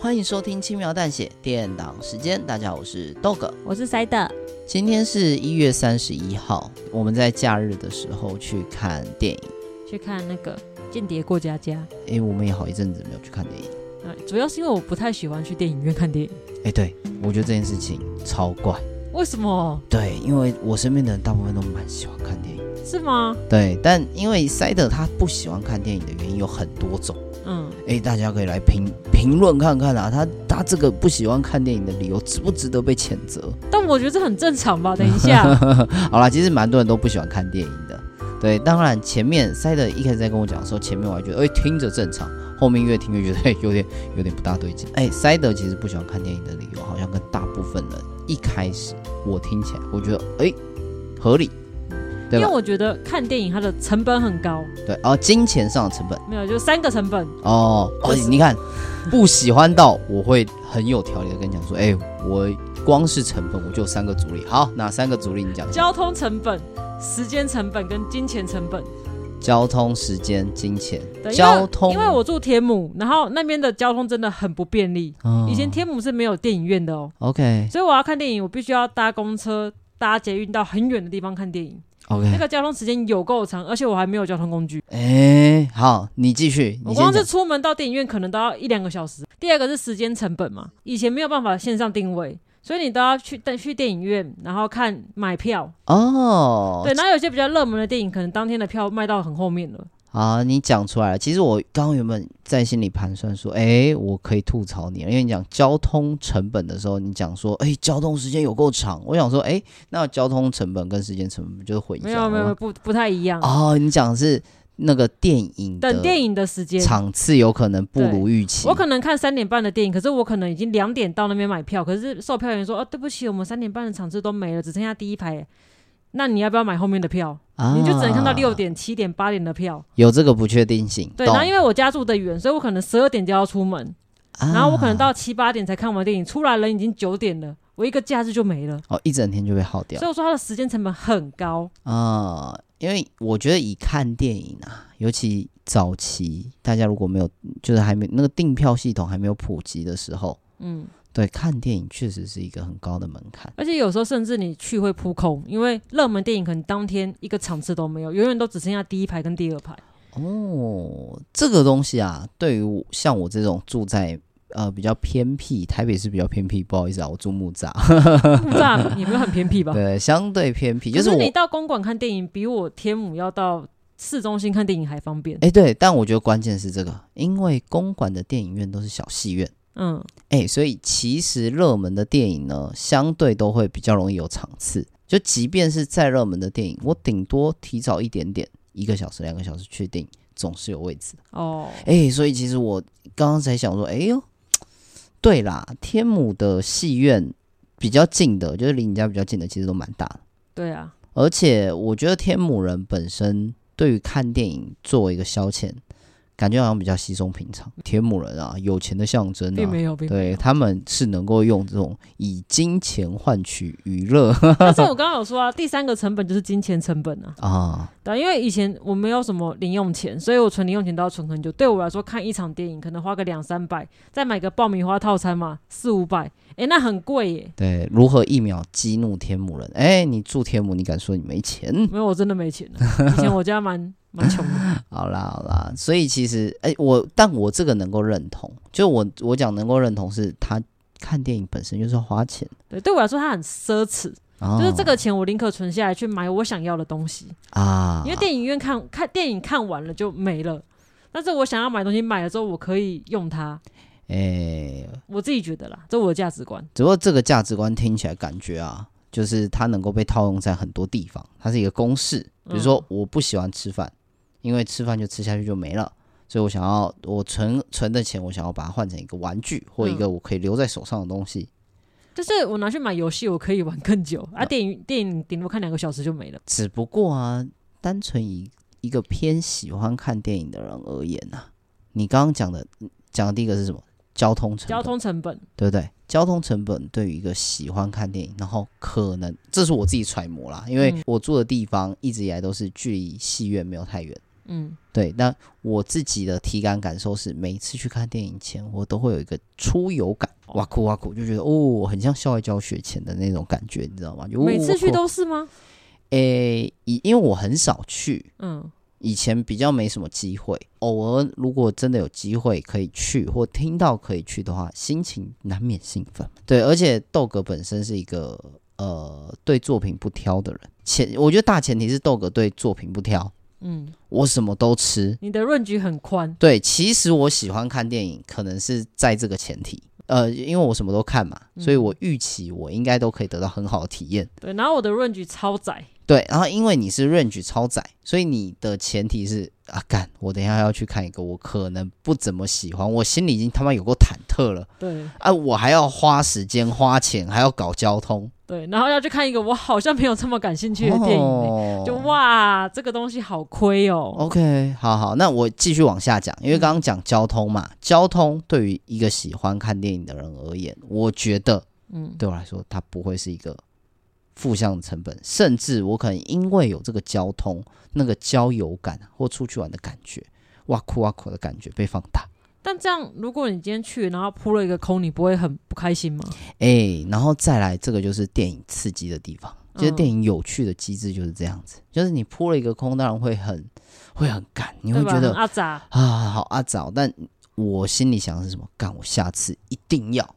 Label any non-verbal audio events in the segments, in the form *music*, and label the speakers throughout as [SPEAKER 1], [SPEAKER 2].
[SPEAKER 1] 欢迎收听《轻描淡写》电档时间，大家好，我是 Dog。
[SPEAKER 2] 我是塞的，
[SPEAKER 1] 今天是一月三十一号，我们在假日的时候去看电影。
[SPEAKER 2] 去看那个《间谍过家家
[SPEAKER 1] 诶，我们也好一阵子没有去看电影。》
[SPEAKER 2] 啊，主要是因为我不太喜欢去电影院看电影。
[SPEAKER 1] 诶，对，我觉得这件事情超怪。
[SPEAKER 2] 为什么？
[SPEAKER 1] 对，因为我身边的人大部分都蛮喜欢看电影。
[SPEAKER 2] 是吗？
[SPEAKER 1] 对，但因为塞德他不喜欢看电影的原因有很多种。
[SPEAKER 2] 嗯，
[SPEAKER 1] 诶，大家可以来评评论看看啊，他他这个不喜欢看电影的理由值不值得被谴责？
[SPEAKER 2] 但我觉得这很正常吧。等
[SPEAKER 1] *laughs*
[SPEAKER 2] 一下，
[SPEAKER 1] 好啦，其实蛮多人都不喜欢看电影的。对，当然前面塞德一开始在跟我讲的时候，前面我还觉得哎、听着正常，后面越听越觉得、 *laughs* 哎有点有点不大对劲。哎、塞德其实不喜欢看电影的理由，好像跟大部分人一开始我听起来，我觉得哎、合理，
[SPEAKER 2] 因
[SPEAKER 1] 对
[SPEAKER 2] 为
[SPEAKER 1] 吧？
[SPEAKER 2] 我觉得看电影它的成本很高，
[SPEAKER 1] 对，然、后金钱上的成本
[SPEAKER 2] 没有，就三个成本。
[SPEAKER 1] 哦哦，
[SPEAKER 2] 就是
[SPEAKER 1] 你看不喜欢到我会很有条理的跟你讲说，哎、我光是成本我就有三个阻力，好，哪三个阻力你讲？
[SPEAKER 2] 交通成本、时间成本跟金钱成本。
[SPEAKER 1] 交通、时间、金钱
[SPEAKER 2] 对，因为
[SPEAKER 1] 交通，
[SPEAKER 2] 因为我住天母，然后那边的交通真的很不便利。
[SPEAKER 1] 嗯
[SPEAKER 2] 以前天母是没有电影院的哦，
[SPEAKER 1] OK
[SPEAKER 2] 所以我要看电影，我必须要搭公车、搭捷运到很远的地方看电影。那
[SPEAKER 1] OK，
[SPEAKER 2] 个交通时间有够长，而且我还没有交通工具。
[SPEAKER 1] 哎、好，你继续，
[SPEAKER 2] 我
[SPEAKER 1] 你
[SPEAKER 2] 光
[SPEAKER 1] 先
[SPEAKER 2] 是
[SPEAKER 1] 讲。
[SPEAKER 2] 出门到电影院可能都要一两个小时。第二个是时间成本嘛，以前没有办法线上定位，所以你都要去但去电影院，然后看买票。
[SPEAKER 1] 哦，
[SPEAKER 2] 对，然后有些比较热门的电影，可能当天的票卖到很后面了。
[SPEAKER 1] 好，你讲出来了。其实我刚原本在心里盘算说，哎、我可以吐槽你了，因为你讲交通成本的时候，你讲说，哎、交通时间有够长。我想说，哎、那交通成本跟时间成本不就是混淆
[SPEAKER 2] 没有
[SPEAKER 1] 了
[SPEAKER 2] 没有没有
[SPEAKER 1] 吗？
[SPEAKER 2] 不不太一样。
[SPEAKER 1] 哦，你讲的是那个电影的
[SPEAKER 2] 等电影的时间，
[SPEAKER 1] 场次有可能不如预期
[SPEAKER 2] 我。可能看三点半的电影，可是我可能已经两点到那边买票，可是售票员说：“哦，对不起，我们三点半的场次都没了，只剩下第一排。”那你要不要买后面的票？
[SPEAKER 1] 啊
[SPEAKER 2] 你就只能看到六，点、七点、八点的票。
[SPEAKER 1] 有这个不确定性。
[SPEAKER 2] 对，
[SPEAKER 1] 懂
[SPEAKER 2] 然后因为我家住的远，所以我可能十二点就要出门，
[SPEAKER 1] 啊
[SPEAKER 2] 然后我可能到七八点才看完电影，出来人已经九点了，我一个假日就没了。
[SPEAKER 1] 哦，一整天就被耗掉
[SPEAKER 2] 所以我说它的时间成本很高，
[SPEAKER 1] 啊、因为我觉得以看电影啊，尤其早期大家如果没有，就是还没那个订票系统还没有普及的时候，
[SPEAKER 2] 嗯，
[SPEAKER 1] 对看电影确实是一个很高的门槛。
[SPEAKER 2] 而且有时候甚至你去会扑空，因为热门电影可能当天一个场次都没有，永远都只剩下第一排跟第二排。
[SPEAKER 1] *laughs* 哦，这个东西啊，对于我像我这种住在呃比较偏僻，台北市比较偏僻，不好意思啊，我住木
[SPEAKER 2] *laughs*
[SPEAKER 1] 栅，
[SPEAKER 2] 木栅也没有很偏僻吧？
[SPEAKER 1] 对，相对偏僻，
[SPEAKER 2] 可
[SPEAKER 1] 就是
[SPEAKER 2] 是
[SPEAKER 1] 我
[SPEAKER 2] 你到公馆看电影，比我天母要到市中心看电影还方便。
[SPEAKER 1] 哎、对，但我觉得关键是这个，因为公馆的电影院都是小戏院。
[SPEAKER 2] 嗯，
[SPEAKER 1] 哎、所以其实热门的电影呢，相对都会比较容易有场次。就即便是再热门的电影，我顶多提早一点点，一个小时、两个小时确定，总是有位置的。
[SPEAKER 2] 哦，
[SPEAKER 1] 哎、所以其实我刚刚才想说，哎呦，对啦，天母的戏院比较近的，就是离你家比较近的，其实都蛮大的。
[SPEAKER 2] 对啊，
[SPEAKER 1] 而且我觉得天母人本身对于看电影作为一个消遣，感觉好像比较稀松平常。天母人啊，有钱的象征啊，
[SPEAKER 2] 并没有，并没
[SPEAKER 1] 对
[SPEAKER 2] 有。
[SPEAKER 1] 他们是能够用这种以金钱换取娱乐 *laughs*
[SPEAKER 2] 但是我刚刚有说啊，第三个成本就是金钱成本啊。
[SPEAKER 1] 啊，
[SPEAKER 2] 对啊，因为以前我没有什么零用钱，所以我存零用钱都要存很久。对我来说，看一场电影可能花个两三百，再买个爆米花套餐嘛，四五百，诶，那很贵耶。
[SPEAKER 1] 对，如何一秒激怒天母人？哎，你住天母，你敢说你没钱？
[SPEAKER 2] 没有，我真的
[SPEAKER 1] *laughs*
[SPEAKER 2] 没钱了。以前我家蛮蛮穷的，
[SPEAKER 1] 好啦好啦，所以其实哎，我但我这个能够认同，就我我讲能够认同是他看电影本身就是要花钱，
[SPEAKER 2] 对，对我来说它很奢侈，
[SPEAKER 1] 哦
[SPEAKER 2] 就是这个钱我宁可存下来去买我想要的东西，
[SPEAKER 1] 啊，
[SPEAKER 2] 因为电影院看看电影看完了就没了。但是我想要买东西，买了之后我可以用它，
[SPEAKER 1] 哎，
[SPEAKER 2] 我自己觉得啦，这我的价值观。
[SPEAKER 1] 只不过这个价值观听起来感觉啊，就是它能够被套用在很多地方，它是一个公式。
[SPEAKER 2] 嗯
[SPEAKER 1] 比如说，我不喜欢吃饭，因为吃饭就吃下去就没了，所以我想要我存存的钱，我想要把它换成一个玩具或一
[SPEAKER 2] 嗯
[SPEAKER 1] 个我可以留在手上的东西
[SPEAKER 2] 就是我拿去买游戏，我可以玩更久啊。电影电影顶多看两个小时就没了。
[SPEAKER 1] 只不过啊，单纯以一个偏喜欢看电影的人而言啊，你刚刚讲的讲的第一个是什么？交通成本，
[SPEAKER 2] 交通成本，
[SPEAKER 1] 对不对？交通成本对于一个喜欢看电影，然后可能这是我自己揣摩啦，因为
[SPEAKER 2] 嗯
[SPEAKER 1] 我住的地方一直以来都是距离戏院没有太远。
[SPEAKER 2] 嗯，
[SPEAKER 1] 对，那我自己的体感感受是，每一次去看电影前，我都会有一个出游感，哇酷哇酷，就觉得哦，很像校外教学前的那种感觉，你知道吗？就
[SPEAKER 2] 每次去，
[SPEAKER 1] 哦哇酷
[SPEAKER 2] 都是吗？
[SPEAKER 1] 诶，以因为我很少去，
[SPEAKER 2] 嗯，
[SPEAKER 1] 以前比较没什么机会，偶尔如果真的有机会可以去，或听到可以去的话，心情难免兴奋。对，而且豆哥本身是一个呃对作品不挑的人，前我觉得大前提是豆哥对作品不挑，
[SPEAKER 2] 嗯，
[SPEAKER 1] 我什么都吃。
[SPEAKER 2] 你的润局很宽，
[SPEAKER 1] 对，其实我喜欢看电影，可能是在这个前提。呃，因为我什么都看嘛，所
[SPEAKER 2] 嗯
[SPEAKER 1] 以我预期我应该都可以得到很好的体验。
[SPEAKER 2] 对，然后我的润局超窄，
[SPEAKER 1] 对，然后因为你是 range 超窄，所以你的前提是啊，干，我等一下要去看一个我可能不怎么喜欢，我心里已经他妈有够忐忑了
[SPEAKER 2] 对
[SPEAKER 1] 啊，我还要花时间花钱，还要搞交通
[SPEAKER 2] 对，然后要去看一个我好像没有这么感兴趣的电影欸、就
[SPEAKER 1] 哦
[SPEAKER 2] 哇，这个东西好亏哦、
[SPEAKER 1] OK，好好，那我继续往下讲，
[SPEAKER 2] 嗯
[SPEAKER 1] 因为刚刚讲交通嘛，交通对于一个喜欢看电影的人而言，我觉得
[SPEAKER 2] 嗯，
[SPEAKER 1] 对我来说，它不会是一个负向的成本，甚至我可能因为有这个交通那个郊游感或出去玩的感觉，哇酷哇酷的感觉被放大，
[SPEAKER 2] 但这样如果你今天去，然后扑了一个空，你不会很不开心吗？
[SPEAKER 1] 哎，然后再来这个就是电影刺激的地方，其实
[SPEAKER 2] 嗯
[SPEAKER 1] 电影有趣的机制就是这样子，就是你扑了一个空，当然会很会很干，你会
[SPEAKER 2] 对吧？
[SPEAKER 1] 觉得
[SPEAKER 2] 很阿杂，
[SPEAKER 1] 啊，好阿早，但我心里想的是什么？干，我下次一定要。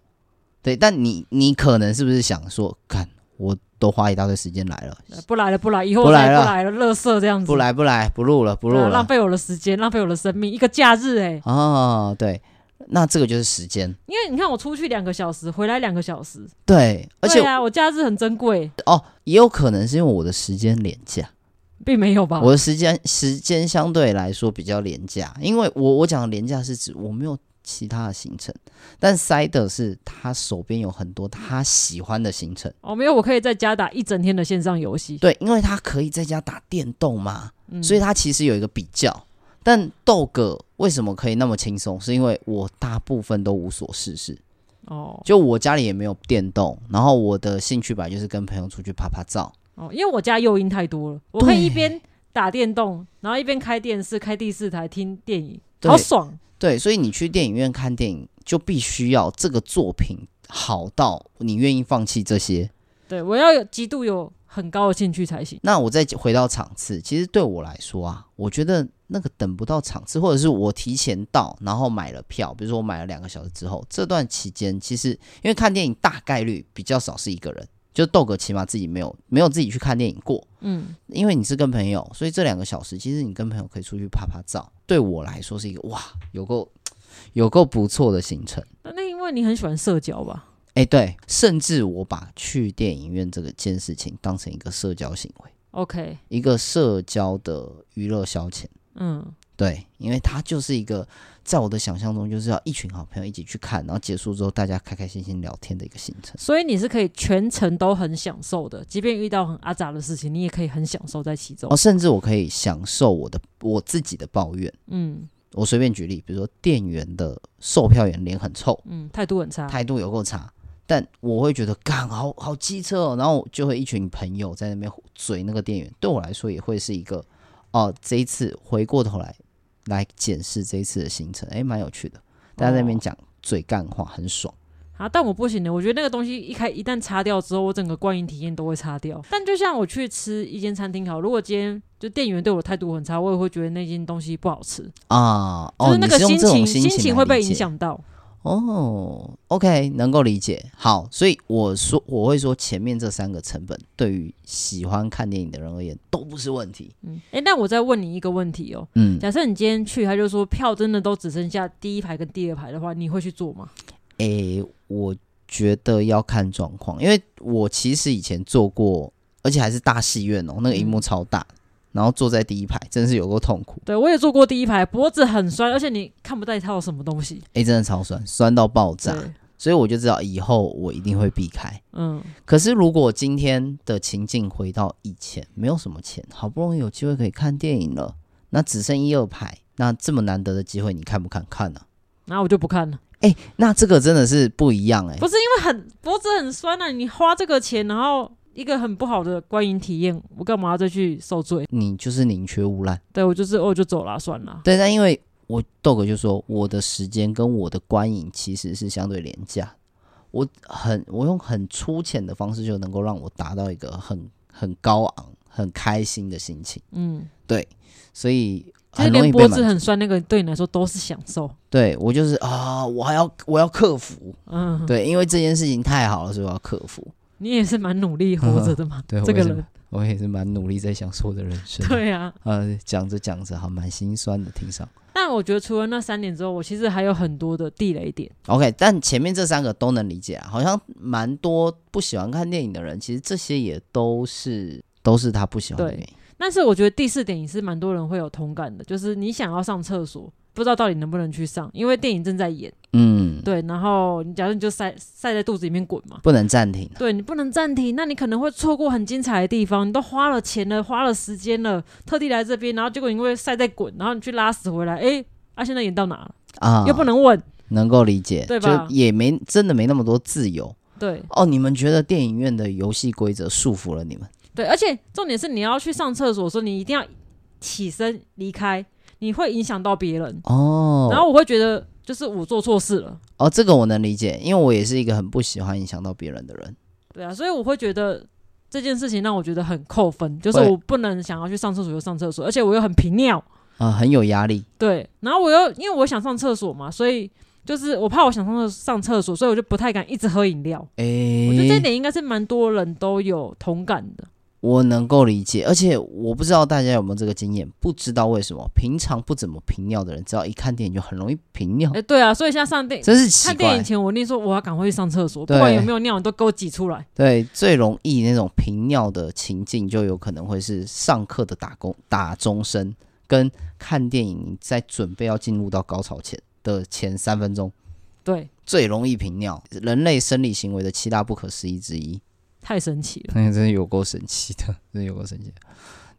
[SPEAKER 1] 对，但你你可能是不是想说，干，我都花一大堆时间来了，
[SPEAKER 2] 呃不来了，不来，以后
[SPEAKER 1] 不
[SPEAKER 2] 我再
[SPEAKER 1] 来
[SPEAKER 2] 也
[SPEAKER 1] 了
[SPEAKER 2] 不来了，乐色这样子，
[SPEAKER 1] 不来不来，不录了不
[SPEAKER 2] 对
[SPEAKER 1] 录
[SPEAKER 2] 啊，
[SPEAKER 1] 了
[SPEAKER 2] 浪。费我的时间，浪费我的生命，一个假日哎、
[SPEAKER 1] 哦，对，那这个就是时间。
[SPEAKER 2] 因为你看我出去两个小时，回来两个小时，
[SPEAKER 1] 对，而且、
[SPEAKER 2] 对啊，我假日很珍贵，
[SPEAKER 1] 哦，也有可能是因为我的时间廉价，
[SPEAKER 2] 并没有吧？
[SPEAKER 1] 我的时间时间相对来说比较廉价，因为我我讲的廉价是指我没有其他的行程，但塞德是他手边有很多他喜欢的行程，
[SPEAKER 2] 哦，没有，我可以在家打一整天的线上游戏，
[SPEAKER 1] 对，因为他可以在家打电动嘛，
[SPEAKER 2] 嗯
[SPEAKER 1] 所以他其实有一个比较。但豆哥为什么可以那么轻松？是因为我大部分都无所事事，
[SPEAKER 2] 哦
[SPEAKER 1] 就我家里也没有电动，然后我的兴趣本来就是跟朋友出去拍拍照。
[SPEAKER 2] 哦，因为我家诱因太多了，我可以
[SPEAKER 1] 对
[SPEAKER 2] 一边打电动，然后一边开电视，开第四台听电影，
[SPEAKER 1] 对
[SPEAKER 2] 好爽。
[SPEAKER 1] 对，所以你去电影院看电影，就必须要这个作品好到你愿意放弃这些。
[SPEAKER 2] 对我要有极度有很高的兴趣才行。
[SPEAKER 1] 那我再回到场次，其实对我来说啊，我觉得那个等不到场次，或者是我提前到，然后买了票，比如说我买了两个小时之后，这段期间其实因为看电影大概率比较少是一个人，就豆哥起码自己没有没有自己去看电影过，
[SPEAKER 2] 嗯，
[SPEAKER 1] 因为你是跟朋友，所以这两个小时其实你跟朋友可以出去拍拍照。对我来说是一个哇，有够有够不错的行程。
[SPEAKER 2] 那那因为你很喜欢社交吧？
[SPEAKER 1] 哎，对，甚至我把去电影院这个件事情当成一个社交行为，
[SPEAKER 2] OK，
[SPEAKER 1] 一个社交的娱乐消遣。
[SPEAKER 2] 嗯，
[SPEAKER 1] 对，因为它就是一个在我的想象中就是要一群好朋友一起去看，然后结束之后大家开开心心聊天的一个行程。
[SPEAKER 2] 所以你是可以全程都很享受的，即便遇到很阿杂的事情，你也可以很享受在其中
[SPEAKER 1] 哦，。甚至我可以享受我的我自己的抱怨。
[SPEAKER 2] 嗯
[SPEAKER 1] 我随便举例，比如说店员的售票员脸很臭，
[SPEAKER 2] 嗯，态度很差。
[SPEAKER 1] 态度有够差。但我会觉得，干好好机车哦，然后就会一群朋友在那边嘴那个店员，对我来说也会是一个，哦、这一次回过头来来检视这一次的行程，哎，蛮有趣的，大家在那边讲嘴干话很爽。
[SPEAKER 2] 啊，但我不行的，我觉得那个东西一开一旦擦掉之后，我整个观影体验都会擦掉。但就像我去吃一间餐厅好，如果今天就店员对我态度很差，我也会觉得那间东西不好吃，
[SPEAKER 1] 啊，
[SPEAKER 2] 就
[SPEAKER 1] 哦，
[SPEAKER 2] 是那
[SPEAKER 1] 你
[SPEAKER 2] 个
[SPEAKER 1] 用
[SPEAKER 2] 心
[SPEAKER 1] 这种
[SPEAKER 2] 情
[SPEAKER 1] 心
[SPEAKER 2] 心
[SPEAKER 1] 情
[SPEAKER 2] 情
[SPEAKER 1] 来
[SPEAKER 2] 会被
[SPEAKER 1] 理解
[SPEAKER 2] 影响到。
[SPEAKER 1] 哦，OK，能够理解。好，所以我说我会说前面这三个成本对于喜欢看电影的人而言都不是问题。
[SPEAKER 2] 嗯，哎、那我再问你一个问题哦，
[SPEAKER 1] 嗯，
[SPEAKER 2] 假设你今天去，他就说票真的都只剩下第一排跟第二排的话，你会去做吗？
[SPEAKER 1] 诶、我觉得要看状况，因为我其实以前做过，而且还是大戏院哦，那个荧
[SPEAKER 2] 嗯
[SPEAKER 1] 幕超大，然后坐在第一排，真是有够痛苦。
[SPEAKER 2] 对我也坐过第一排，脖子很酸，而且你看不到它有什么东西。
[SPEAKER 1] 诶、真的超酸，酸到爆炸。
[SPEAKER 2] 对，
[SPEAKER 1] 所以我就知道以后我一定会避开。
[SPEAKER 2] 嗯，
[SPEAKER 1] 可是如果今天的情境回到以前，没有什么钱，好不容易有机会可以看电影了，那只剩一二排，那这么难得的机会，你看不看看呢、
[SPEAKER 2] 那我就不看了，
[SPEAKER 1] 哎、那这个真的是不一样哎、
[SPEAKER 2] 不是因为很脖子很酸啊，你花这个钱，然后一个很不好的观影体验，我干嘛要再去受罪？
[SPEAKER 1] 你就是宁缺毋滥。
[SPEAKER 2] 对我就是哦，我就走了，算了。
[SPEAKER 1] 对，但因为我豆哥就说，我的时间跟我的观影其实是相对廉价，我很我用很粗浅的方式就能够让我达到一个很很高昂、很开心的心情，
[SPEAKER 2] 嗯，
[SPEAKER 1] 对，所以
[SPEAKER 2] 其实
[SPEAKER 1] 很容
[SPEAKER 2] 连
[SPEAKER 1] 易被
[SPEAKER 2] 脖
[SPEAKER 1] 满
[SPEAKER 2] 子
[SPEAKER 1] 足。
[SPEAKER 2] 很酸那个对你来说都是享受。
[SPEAKER 1] 对我就是啊，我还要我要克服，
[SPEAKER 2] 嗯，
[SPEAKER 1] 对，因为这件事情太好了，所以我要克服。
[SPEAKER 2] 你也是蛮努力活着的嘛，
[SPEAKER 1] 嗯对，
[SPEAKER 2] 这个
[SPEAKER 1] 我也是
[SPEAKER 2] 人。
[SPEAKER 1] 我也是蛮努力在享受我的人生。，
[SPEAKER 2] 对啊，
[SPEAKER 1] 呃，讲着讲着，还蛮心酸的，听上。
[SPEAKER 2] 但我觉得除了那三点之后，我其实还有很多的地雷点。
[SPEAKER 1] OK，但前面这三个都能理解啊，好像蛮多不喜欢看电影的人，其实这些也都是都是他不喜欢的
[SPEAKER 2] 对
[SPEAKER 1] 原因。
[SPEAKER 2] 但是我觉得第四点也是蛮多人会有同感的，就是你想要上厕所，不知道到底能不能去上，因为电影正在演。
[SPEAKER 1] 嗯，
[SPEAKER 2] 对，然后你假如你就塞塞在肚子里面滚嘛。
[SPEAKER 1] 不能暂停。
[SPEAKER 2] 对你不能暂停，那你可能会错过很精彩的地方。你都花了钱了，花了时间了，特地来这边，然后结果因为塞在滚，然后你去拉屎回来，诶，啊，现在演到哪了？
[SPEAKER 1] 啊，
[SPEAKER 2] 又不能问。
[SPEAKER 1] 能够理解，
[SPEAKER 2] 对吧
[SPEAKER 1] 就也没真的没那么多自由
[SPEAKER 2] 对
[SPEAKER 1] 哦。你们觉得电影院的游戏规则束缚了你们？
[SPEAKER 2] 对，而且重点是你要去上厕所的时候，你一定要起身离开，你会影响到别人。
[SPEAKER 1] 哦，
[SPEAKER 2] 然后我会觉得，就是我做错事了。
[SPEAKER 1] 哦，这个我能理解，因为我也是一个很不喜欢影响到别人的人。
[SPEAKER 2] 对啊，所以我会觉得这件事情让我觉得很扣分，就是
[SPEAKER 1] 会
[SPEAKER 2] 我不能想要去上厕所就上厕所，而且我又很频尿。
[SPEAKER 1] 啊、很有压力。
[SPEAKER 2] 对，然后我又因为我想上厕所嘛，所以就是我怕我想上厕上厕所，所以我就不太敢一直喝饮料。
[SPEAKER 1] 诶，
[SPEAKER 2] 我觉得这一点应该是蛮多人都有同感的。
[SPEAKER 1] 我能够理解，而且我不知道大家有没有这个经验，不知道为什么平常不怎么频尿的人，只要一看电影就很容易频尿
[SPEAKER 2] 哎、，对啊，所以现在上电
[SPEAKER 1] 真是哦奇
[SPEAKER 2] 看电
[SPEAKER 1] 怪
[SPEAKER 2] 影。前，我一定说我要赶快去上厕所，不
[SPEAKER 1] 对
[SPEAKER 2] 管有没有尿，你都给我挤出来。
[SPEAKER 1] 对，最容易那种频尿的情境，就有可能会是上课的打工打钟声，跟看电影你在准备要进入到高潮前的前三分钟，
[SPEAKER 2] 对，
[SPEAKER 1] 最容易频尿，人类生理行为的七大不可思议之一。
[SPEAKER 2] 太神奇了。
[SPEAKER 1] 那、真是有够神奇的，真的有够神奇的。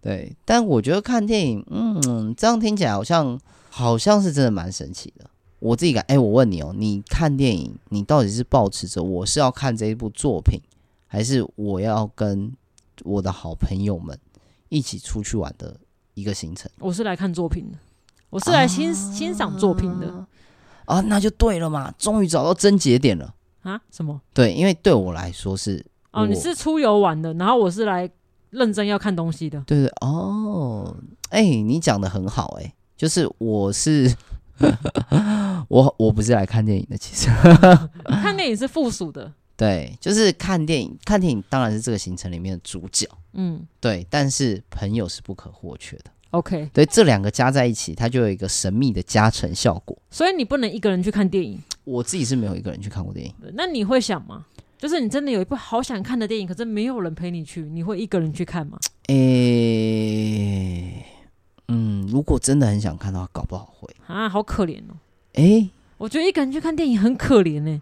[SPEAKER 1] 对，但我觉得看电影，嗯，这样听起来好像好像是真的蛮神奇的。我自己感，哎、我问你哦，你看电影，你到底是保持着我是要看这一部作品，还是我要跟我的好朋友们一起出去玩的一个行程？
[SPEAKER 2] 我是来看作品的，我是来欣、欣赏作品的
[SPEAKER 1] 啊，那就对了嘛，终于找到症结点了。
[SPEAKER 2] 啊？什么？
[SPEAKER 1] 对，因为对我来说是
[SPEAKER 2] 哦，你
[SPEAKER 1] 我
[SPEAKER 2] 是出游玩的，然后我是来认真要看东西的。
[SPEAKER 1] 对对哦，哎、你讲的很好、哎，就是我是 *laughs* 我我不是来看电影的，其实
[SPEAKER 2] 看电影是附属的，
[SPEAKER 1] 对，就是看电影，看电影当然是这个行程里面的主角，
[SPEAKER 2] 嗯
[SPEAKER 1] 对，但是朋友是不可或缺的，
[SPEAKER 2] ，OK。
[SPEAKER 1] 对，这两个加在一起，它就有一个神秘的加成效果。
[SPEAKER 2] 所以你不能一个人去看电影，
[SPEAKER 1] 我自己是没有一个人去看过电影，
[SPEAKER 2] 那你会想吗？就是你真的有一部好想看的电影，可是没有人陪你去，你会一个人去看吗？
[SPEAKER 1] 哎、嗯，如果真的很想看的话，搞不好会，
[SPEAKER 2] 啊，好可怜哦！
[SPEAKER 1] 哎、
[SPEAKER 2] 我觉得一个人去看电影很可怜呢、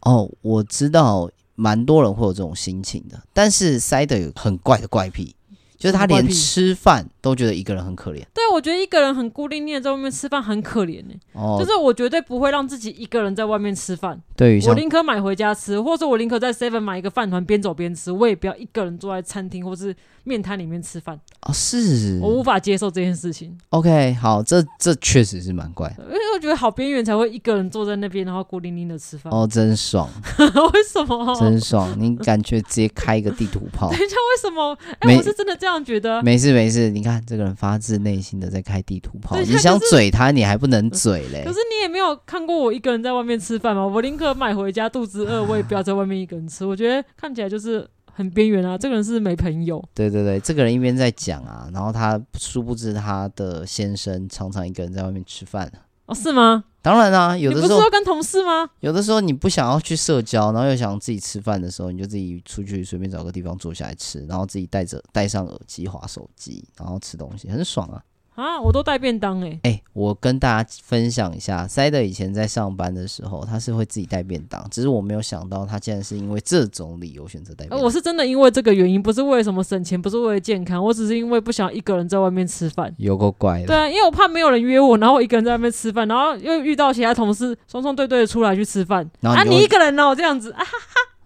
[SPEAKER 1] 哦，我知道蛮多人会有这种心情的，但是塞德有很怪的怪癖，就是他
[SPEAKER 2] 什么怪
[SPEAKER 1] 连
[SPEAKER 2] 癖
[SPEAKER 1] 吃饭都觉得一个人很可怜。
[SPEAKER 2] 对，啊我觉得一个人很孤零零的在外面吃饭很可怜呢、
[SPEAKER 1] 哦，
[SPEAKER 2] 就是我绝对不会让自己一个人在外面吃饭，
[SPEAKER 1] 对于像
[SPEAKER 2] 我宁可买回家吃，或者说我宁可在 Seven 买一个饭团边走边吃，我也不要一个人坐在餐厅或是面摊里面吃饭，
[SPEAKER 1] 哦是
[SPEAKER 2] 我无法接受这件事情，
[SPEAKER 1] OK，好，这这确实是蛮怪的
[SPEAKER 2] 因为我觉得好边缘才会一个人坐在那边，然后孤零零的吃饭，
[SPEAKER 1] 哦，真爽，
[SPEAKER 2] *laughs* 为什么？
[SPEAKER 1] 真爽，你感觉直接开一个地图炮
[SPEAKER 2] 等。一下，为什么？哎、
[SPEAKER 1] 没
[SPEAKER 2] 我是真的这样觉得。啊
[SPEAKER 1] 没事没事，你看看这个人发自内心的在开地图炮，
[SPEAKER 2] 对
[SPEAKER 1] 你
[SPEAKER 2] 他
[SPEAKER 1] 想
[SPEAKER 2] 就是
[SPEAKER 1] 嘴他，你还不能嘴嘞
[SPEAKER 2] 可。是你也没有看过我一个人在外面吃饭嘛，我宁可买回家，肚子饿，我也不要在外面一个人吃。我觉得看起来就是很边缘啊，这个人是没朋友。
[SPEAKER 1] 对对对，这个人一边在讲啊，然后他殊不知他的先生常常一个人在外面吃饭。
[SPEAKER 2] 哦，是吗？
[SPEAKER 1] 当然啊，有
[SPEAKER 2] 你
[SPEAKER 1] 的
[SPEAKER 2] 不
[SPEAKER 1] 时
[SPEAKER 2] 是
[SPEAKER 1] 候
[SPEAKER 2] 说跟同事吗？
[SPEAKER 1] 有的时候你不想要去社交，然后又想自己吃饭的时候，你就自己出去随便找个地方坐下来吃，然后自己戴着戴上耳机划手机，然后吃东西，很爽啊！
[SPEAKER 2] 啊，我都带便当哎、
[SPEAKER 1] 哎、我跟大家分享一下，塞德以前在上班的时候，他是会自己带便当，只是我没有想到他竟然是因为这种理由选择带便
[SPEAKER 2] 呃
[SPEAKER 1] 当。
[SPEAKER 2] 我是真的因为这个原因，不是为什么省钱，不是为了健康，我只是因为不想一个人在外面吃饭。
[SPEAKER 1] 有够怪
[SPEAKER 2] 对
[SPEAKER 1] 的，
[SPEAKER 2] 啊，因为我怕没有人约我，然后我一个人在外面吃饭，然后又遇到其他同事双双对对的出来去吃饭。
[SPEAKER 1] 然后
[SPEAKER 2] 啊，
[SPEAKER 1] 你就
[SPEAKER 2] 你
[SPEAKER 1] 会
[SPEAKER 2] 一个人哦，这样子啊，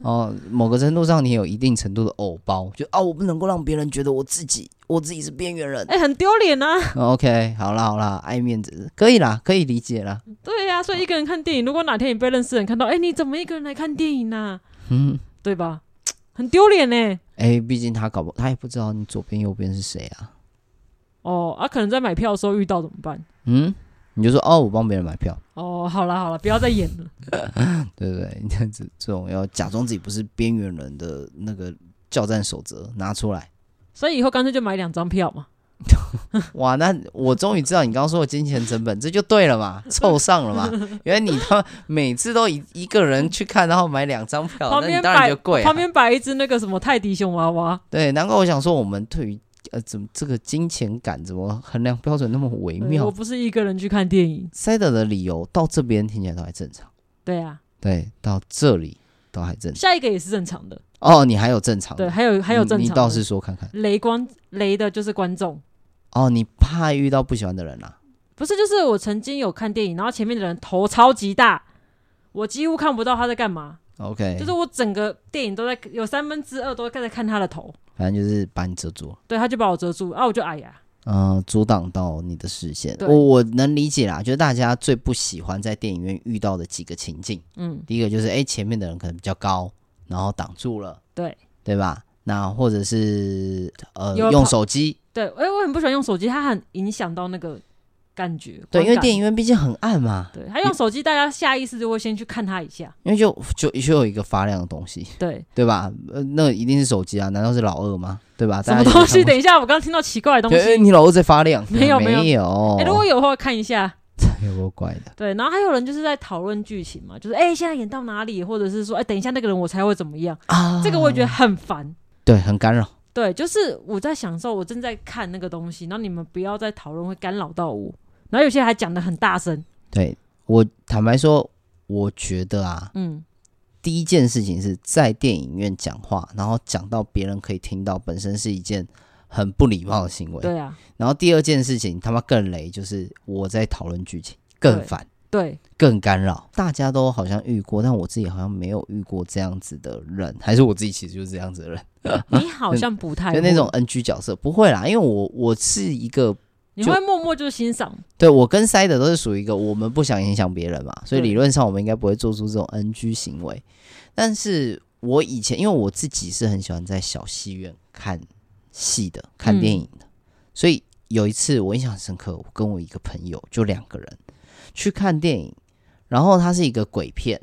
[SPEAKER 1] 哦，某个程度上你有一定程度的偶包，就哦，我不能够让别人觉得我自己我自己是边缘人。
[SPEAKER 2] 哎、很丢脸啊。
[SPEAKER 1] OK，好啦好啦，爱面子可以啦，可以理解啦。
[SPEAKER 2] 对呀、所以一个人看电影，如果哪天你被认识的人看到，哎、你怎么一个人来看电影呢、
[SPEAKER 1] 嗯。
[SPEAKER 2] 对吧？很丢脸呢。
[SPEAKER 1] 哎，毕竟他搞不，他也不知道你左边右边是谁啊。
[SPEAKER 2] 哦，啊，可能在买票的时候遇到怎么办？
[SPEAKER 1] 嗯，你就说哦，我帮别人买票，
[SPEAKER 2] 哦，好啦好啦，不要再演了。
[SPEAKER 1] 对不对？你 *laughs* 这样子这种要假装自己不是边缘人的那个教战守则拿出来。
[SPEAKER 2] 所以以后干脆就买两张票嘛。
[SPEAKER 1] 哇，那我终于知道你刚刚说的金钱成本，这就对了
[SPEAKER 2] *laughs*
[SPEAKER 1] 嘛，凑上了嘛。原来你他妈每次都一一个人去看，然后买两张票，
[SPEAKER 2] 旁
[SPEAKER 1] 那
[SPEAKER 2] 边
[SPEAKER 1] 你当然
[SPEAKER 2] 摆
[SPEAKER 1] 就贵、啊
[SPEAKER 2] 旁。边摆一只那个什么泰迪熊娃娃，
[SPEAKER 1] 对，难怪我想说我们对于呃怎么这个金钱感怎么衡量标准那么微
[SPEAKER 2] 对
[SPEAKER 1] 妙
[SPEAKER 2] 我。不是一个人去看电影。
[SPEAKER 1] 塞德的理由到这边听起来都还正常。
[SPEAKER 2] 对啊，
[SPEAKER 1] 对，到这里都还正常。
[SPEAKER 2] 下一个也是正常的。
[SPEAKER 1] 哦，你还有正常的
[SPEAKER 2] 对，还有还有
[SPEAKER 1] 你
[SPEAKER 2] 正
[SPEAKER 1] 你
[SPEAKER 2] 常
[SPEAKER 1] 倒
[SPEAKER 2] 的。
[SPEAKER 1] 是说看看。
[SPEAKER 2] 雷光雷的就是观众，
[SPEAKER 1] 哦，你怕遇到不喜欢的人啊啦、
[SPEAKER 2] 不是就是我曾经有看电影，然后前面的人头超级大，我几乎看不到他在干嘛。
[SPEAKER 1] OK，
[SPEAKER 2] 就是我整个电影都在有三分之二都在看他的头，
[SPEAKER 1] 反正就是把你遮住，
[SPEAKER 2] 对，他就把我遮住啊，我就哎呀，
[SPEAKER 1] 嗯、阻挡到你的视线。
[SPEAKER 2] 对
[SPEAKER 1] 我我能理解啦，就是大家最不喜欢在电影院遇到的几个情境。
[SPEAKER 2] 嗯，
[SPEAKER 1] 第一个就是，哎、前面的人可能比较高，然后挡住了，
[SPEAKER 2] 对
[SPEAKER 1] 对吧？那或者是呃，
[SPEAKER 2] 有
[SPEAKER 1] 用
[SPEAKER 2] 跑
[SPEAKER 1] 手机，
[SPEAKER 2] 对，哎、我很不喜欢用手机，它很影响到那个感觉，
[SPEAKER 1] 对，因为电
[SPEAKER 2] 影，
[SPEAKER 1] 影院毕竟很暗嘛，
[SPEAKER 2] 对，他用手机，大家下意识就会先去看他一下，
[SPEAKER 1] 因为就就就有一个发亮的东西，
[SPEAKER 2] 对，
[SPEAKER 1] 对吧？呃，那一定是手机啊，难道是老二吗？对吧？
[SPEAKER 2] 什
[SPEAKER 1] 大家
[SPEAKER 2] 么
[SPEAKER 1] 一定
[SPEAKER 2] 东
[SPEAKER 1] 看
[SPEAKER 2] 西？
[SPEAKER 1] 过
[SPEAKER 2] 等一下，我刚听到奇怪的东
[SPEAKER 1] 对，哦
[SPEAKER 2] 西，
[SPEAKER 1] 你老二在发亮，
[SPEAKER 2] *laughs* 没有没有
[SPEAKER 1] 没有，
[SPEAKER 2] 哎、如果有的话看一下，
[SPEAKER 1] 有够怪的，
[SPEAKER 2] 对，然后还有人就是在讨论剧情嘛，就是哎、现在演到哪里，或者是说哎、等一下那个人我才会怎么样，
[SPEAKER 1] 啊
[SPEAKER 2] 这个我也觉得很烦。
[SPEAKER 1] 对很干扰，
[SPEAKER 2] 对，就是我在享受，我正在看那个东西，然后你们不要再讨论，会干扰到我。然后有些人还讲的很大声，
[SPEAKER 1] 对我坦白说，我觉得啊，
[SPEAKER 2] 嗯，
[SPEAKER 1] 第一件事情是在电影院讲话，然后讲到别人可以听到，本身是一件很不礼貌的行为。
[SPEAKER 2] 对啊，
[SPEAKER 1] 然后第二件事情他妈更雷，就是我在讨论剧情，更
[SPEAKER 2] 对
[SPEAKER 1] 烦。
[SPEAKER 2] 对，
[SPEAKER 1] 更干扰，大家都好像遇过，但我自己好像没有遇过这样子的人，还是我自己其实就是这样子的人，
[SPEAKER 2] 你好像不太
[SPEAKER 1] 啊嗯就那
[SPEAKER 2] 会
[SPEAKER 1] 种，NG 角色不会啦，因为我我是一个
[SPEAKER 2] 你
[SPEAKER 1] 就
[SPEAKER 2] 会默默就是欣赏，
[SPEAKER 1] 对我跟塞德都是属于一个我们不想影响别人嘛，所以
[SPEAKER 2] 对
[SPEAKER 1] 理论上我们应该不会做出这种 NG 行为。但是我以前因为我自己是很喜欢在小戏院看戏的，看电影的，所以有一次我印象很深刻，我跟我一个朋友就两个人去看电影，然后它是一个鬼片，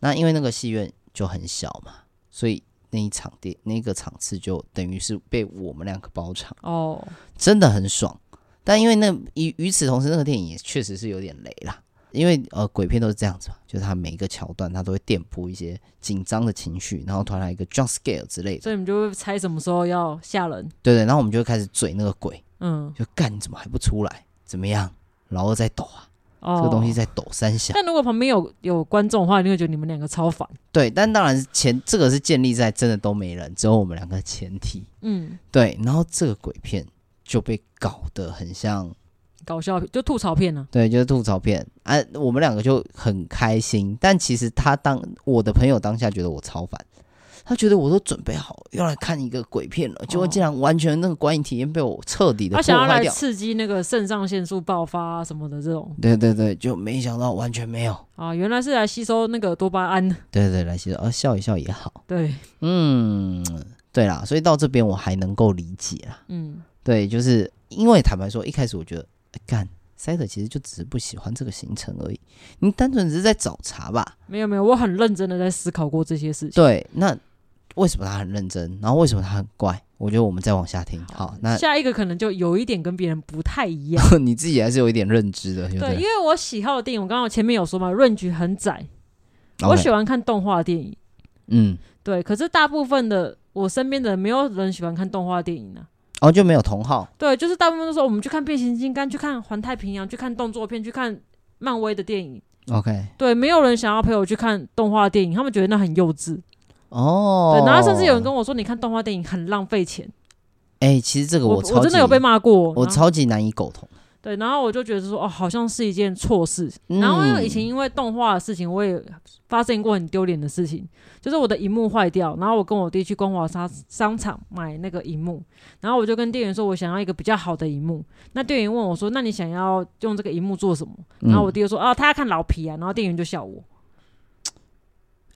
[SPEAKER 1] 那因为那个戏院就很小嘛，所以那一场电那个场次就等于是被我们两个包场。
[SPEAKER 2] 哦，
[SPEAKER 1] 真的很爽。但因为那与与此同时，那个电影也确实是有点雷啦，因为呃鬼片都是这样子嘛，就是它每一个桥段它都会垫铺一些紧张的情绪，然后突然来一个 jump scare 之类的，
[SPEAKER 2] 所以你们就会猜什么时候要吓人，
[SPEAKER 1] 对对，然后我们就会开始嘴那个鬼，
[SPEAKER 2] 嗯，
[SPEAKER 1] 就干你怎么还不出来？怎么样？老二在抖啊，
[SPEAKER 2] 哦，
[SPEAKER 1] 这个东西。在抖三下。
[SPEAKER 2] 但如果旁边有有观众的话，你会觉得你们两个超烦，
[SPEAKER 1] 对，但当然前这个是建立在真的都没人，只有我们两个前提。
[SPEAKER 2] 嗯，
[SPEAKER 1] 对，然后这个鬼片就被搞得很像
[SPEAKER 2] 搞笑就吐槽片啊呢、
[SPEAKER 1] 对，就是吐槽片。哎、我们两个就很开心，但其实他当我的朋友当下觉得我超烦，他觉得我都准备好要来看一个鬼片了，结果
[SPEAKER 2] 哦
[SPEAKER 1] 竟然完全那个观影体验被我彻底
[SPEAKER 2] 啊，
[SPEAKER 1] 的
[SPEAKER 2] 他
[SPEAKER 1] 破
[SPEAKER 2] 想要
[SPEAKER 1] 坏
[SPEAKER 2] 来
[SPEAKER 1] 掉。
[SPEAKER 2] 刺激那个肾上腺素爆发、啊、什么的这种
[SPEAKER 1] 对对对，就没想到完全没有。
[SPEAKER 2] 啊，原来是来吸收那个多巴胺，
[SPEAKER 1] 对对，来其实啊笑一笑也好，
[SPEAKER 2] 对，
[SPEAKER 1] 嗯，对啦，所以到这边我还能够理解啦。
[SPEAKER 2] 嗯，
[SPEAKER 1] 对，就是因为坦白说，一开始我觉得，哎干塞德其实就只是不喜欢这个行程而已，你单纯只是在找茬吧？
[SPEAKER 2] 没有没有，我很认真的在思考过这些事情。
[SPEAKER 1] 对，那为什么他很认真？然后为什么他很怪？我觉得我们再往下听。好，那
[SPEAKER 2] 下一个可能就有一点跟别人不太一样。
[SPEAKER 1] *laughs* 你自己还是有一点认知的，对不
[SPEAKER 2] 对，因
[SPEAKER 1] 对？
[SPEAKER 2] 为我喜好的电影，我刚刚前面有说嘛，range 很窄，我
[SPEAKER 1] OK，
[SPEAKER 2] 喜欢看动画电影。
[SPEAKER 1] 嗯，
[SPEAKER 2] 对，可是大部分的我身边的人没有人喜欢看动画电影啊。
[SPEAKER 1] 然哦后就没有同号，
[SPEAKER 2] 对，就是大部分都说我们去看变形金刚，去看环太平洋，去看动作片，去看漫威的电影。
[SPEAKER 1] OK，
[SPEAKER 2] 对，没有人想要陪我去看动画电影，他们觉得那很幼稚。
[SPEAKER 1] 哦，
[SPEAKER 2] 对，然后甚至有人跟我说，你看动画电影很浪费钱。
[SPEAKER 1] 哎、其实这个
[SPEAKER 2] 我
[SPEAKER 1] 超级
[SPEAKER 2] 真的有被，骂过。
[SPEAKER 1] 我
[SPEAKER 2] 然后
[SPEAKER 1] 超级难以苟同。
[SPEAKER 2] 对，然后我就觉得说，哦，好像是一件错事。然后因为以前
[SPEAKER 1] 嗯
[SPEAKER 2] 因为动画的事情，我也发生过很丢脸的事情，就是我的荧幕坏掉，然后我跟我弟去光华商商场买那个荧幕，然后我就跟店员说，我想要一个比较好的荧幕。那店员问我说，那你想要用这个荧幕做什么？然
[SPEAKER 1] 嗯
[SPEAKER 2] 后我弟就说，啊，他要看老皮啊。然后店员就笑我，
[SPEAKER 1] 哦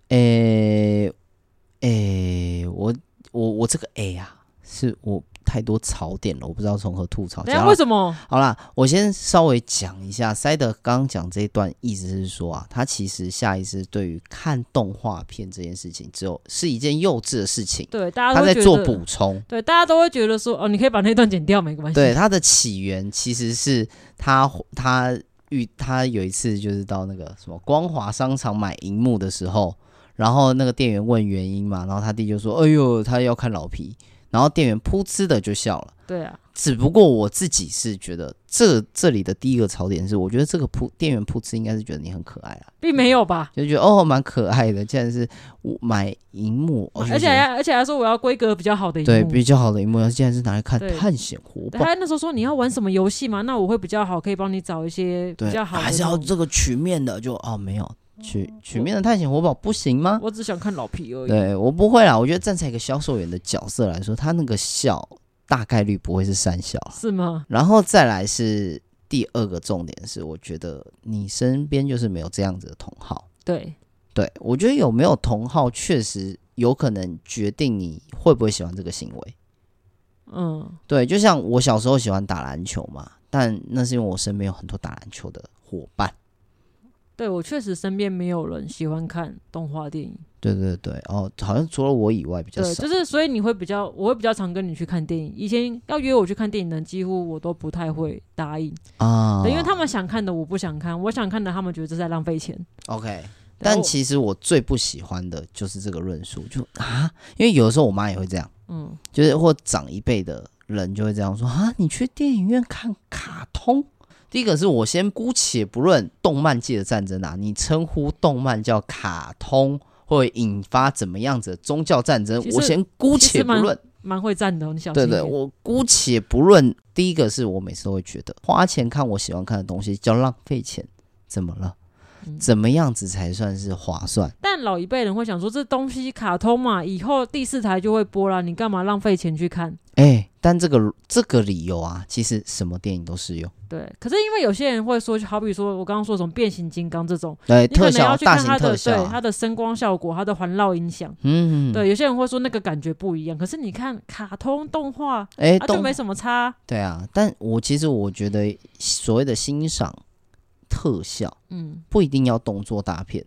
[SPEAKER 1] 诶诶，哎我我我这个 A 啊，是我太多槽点了，我不知道从何吐槽。
[SPEAKER 2] 等一下
[SPEAKER 1] 讲
[SPEAKER 2] 啊为
[SPEAKER 1] 到
[SPEAKER 2] 什么？
[SPEAKER 1] 好啦，我先稍微讲一下塞德刚刚讲这一段，意思是说啊，他其实下意识对于看动画片这件事情，只有是一件幼稚的事情，
[SPEAKER 2] 对，大家
[SPEAKER 1] 他
[SPEAKER 2] 都
[SPEAKER 1] 在
[SPEAKER 2] 会觉
[SPEAKER 1] 做
[SPEAKER 2] 得嗯
[SPEAKER 1] 补充。
[SPEAKER 2] 对，大家都会觉得说，哦，你可以把那段剪掉，没关系。
[SPEAKER 1] 对，它的起源其实是他他遇他有一次就是到那个什么光华商场买荧幕的时候，然后那个店员问原因嘛，然后他弟就说：“哎呦，他要看老皮。”然后店员噗嗤的就笑了。
[SPEAKER 2] 对啊，
[SPEAKER 1] 只不过我自己是觉得这这里的第一个槽点是，我觉得这个噗店员噗嗤应该是觉得你很可爱啊，
[SPEAKER 2] 并没有吧。
[SPEAKER 1] 就觉得哦蛮可爱的，竟然是我买荧幕，哦就
[SPEAKER 2] 而且
[SPEAKER 1] 觉得
[SPEAKER 2] 还而且还说我要规格比较好的荧幕，
[SPEAKER 1] 对比较好的荧幕，竟然是拿来看
[SPEAKER 2] 对
[SPEAKER 1] 探险活
[SPEAKER 2] 对
[SPEAKER 1] 宝。
[SPEAKER 2] 他那时候说你要玩什么游戏嘛？那我会比较好，可以帮你找一些
[SPEAKER 1] 对，
[SPEAKER 2] 比较好的那种。
[SPEAKER 1] 还是要这个曲面的，就哦没有曲曲面的探险活宝不行吗？
[SPEAKER 2] 我只想看老皮而已。
[SPEAKER 1] 对我不会啦，我觉得站在一个销售员的角色来说，他那个笑大概率不会是三笑啊啦
[SPEAKER 2] 是吗？
[SPEAKER 1] 然后再来是第二个重点是，我觉得你身边就是没有这样子的同好。
[SPEAKER 2] 对，
[SPEAKER 1] 对我觉得有没有同好，确实有可能决定你会不会喜欢这个行为。
[SPEAKER 2] 嗯，
[SPEAKER 1] 对，就像我小时候喜欢打篮球嘛，但那是因为我身边有很多打篮球的伙伴。
[SPEAKER 2] 对我确实身边没有人喜欢看动画电影，
[SPEAKER 1] 对对对，哦，好像除了我以外比较
[SPEAKER 2] 对，
[SPEAKER 1] 少。
[SPEAKER 2] 就是所以你会比较，我会比较常跟你去看电影。以前要约我去看电影的，几乎我都不太会答应，
[SPEAKER 1] 啊，
[SPEAKER 2] 对，因为他们想看的我不想看，我想看的他们觉得这在浪费钱。
[SPEAKER 1] OK。
[SPEAKER 2] 对
[SPEAKER 1] 但
[SPEAKER 2] 我
[SPEAKER 1] 其实我最不喜欢的就是这个论述，就啊，因为有的时候我妈也会这样，
[SPEAKER 2] 嗯，
[SPEAKER 1] 就是或长一辈的人就会这样说啊，你去电影院看卡通。第一个是我先姑且不论动漫界的战争啊，你称呼动漫叫卡通，会引发怎么样子的宗教战争
[SPEAKER 2] 其，实
[SPEAKER 1] 我先姑
[SPEAKER 2] 其实
[SPEAKER 1] 且不
[SPEAKER 2] 蛮
[SPEAKER 1] 论。
[SPEAKER 2] 蛮会站的哦，你小心
[SPEAKER 1] 对
[SPEAKER 2] 一
[SPEAKER 1] 对，
[SPEAKER 2] 点。
[SPEAKER 1] 我姑且不论，第一个是我每次都会觉得花钱看我喜欢看的东西叫浪费钱，怎么了？
[SPEAKER 2] 嗯
[SPEAKER 1] 怎么样子才算是划算？
[SPEAKER 2] 但老一辈人会想说，这东西卡通嘛，以后第四台就会播啦，你干嘛浪费钱去看？
[SPEAKER 1] 哎、但这个这个理由啊，其实什么电影都适用。
[SPEAKER 2] 对，可是因为有些人会说，就好比说我刚刚说什么变形金刚这种，
[SPEAKER 1] 对，
[SPEAKER 2] 你可
[SPEAKER 1] 特
[SPEAKER 2] 能
[SPEAKER 1] 效
[SPEAKER 2] 要去看
[SPEAKER 1] 大型
[SPEAKER 2] 它的
[SPEAKER 1] 特效
[SPEAKER 2] 对
[SPEAKER 1] 啊、
[SPEAKER 2] 它的声光效果、它的环绕音响。
[SPEAKER 1] 嗯，
[SPEAKER 2] 对，有些人会说那个感觉不一样，可是你看卡通动画，
[SPEAKER 1] 哎、
[SPEAKER 2] 啊，就
[SPEAKER 1] 动
[SPEAKER 2] 没什么差。
[SPEAKER 1] 对啊，但我其实我觉得所谓的欣赏特效，
[SPEAKER 2] 嗯，
[SPEAKER 1] 不一定要动作大片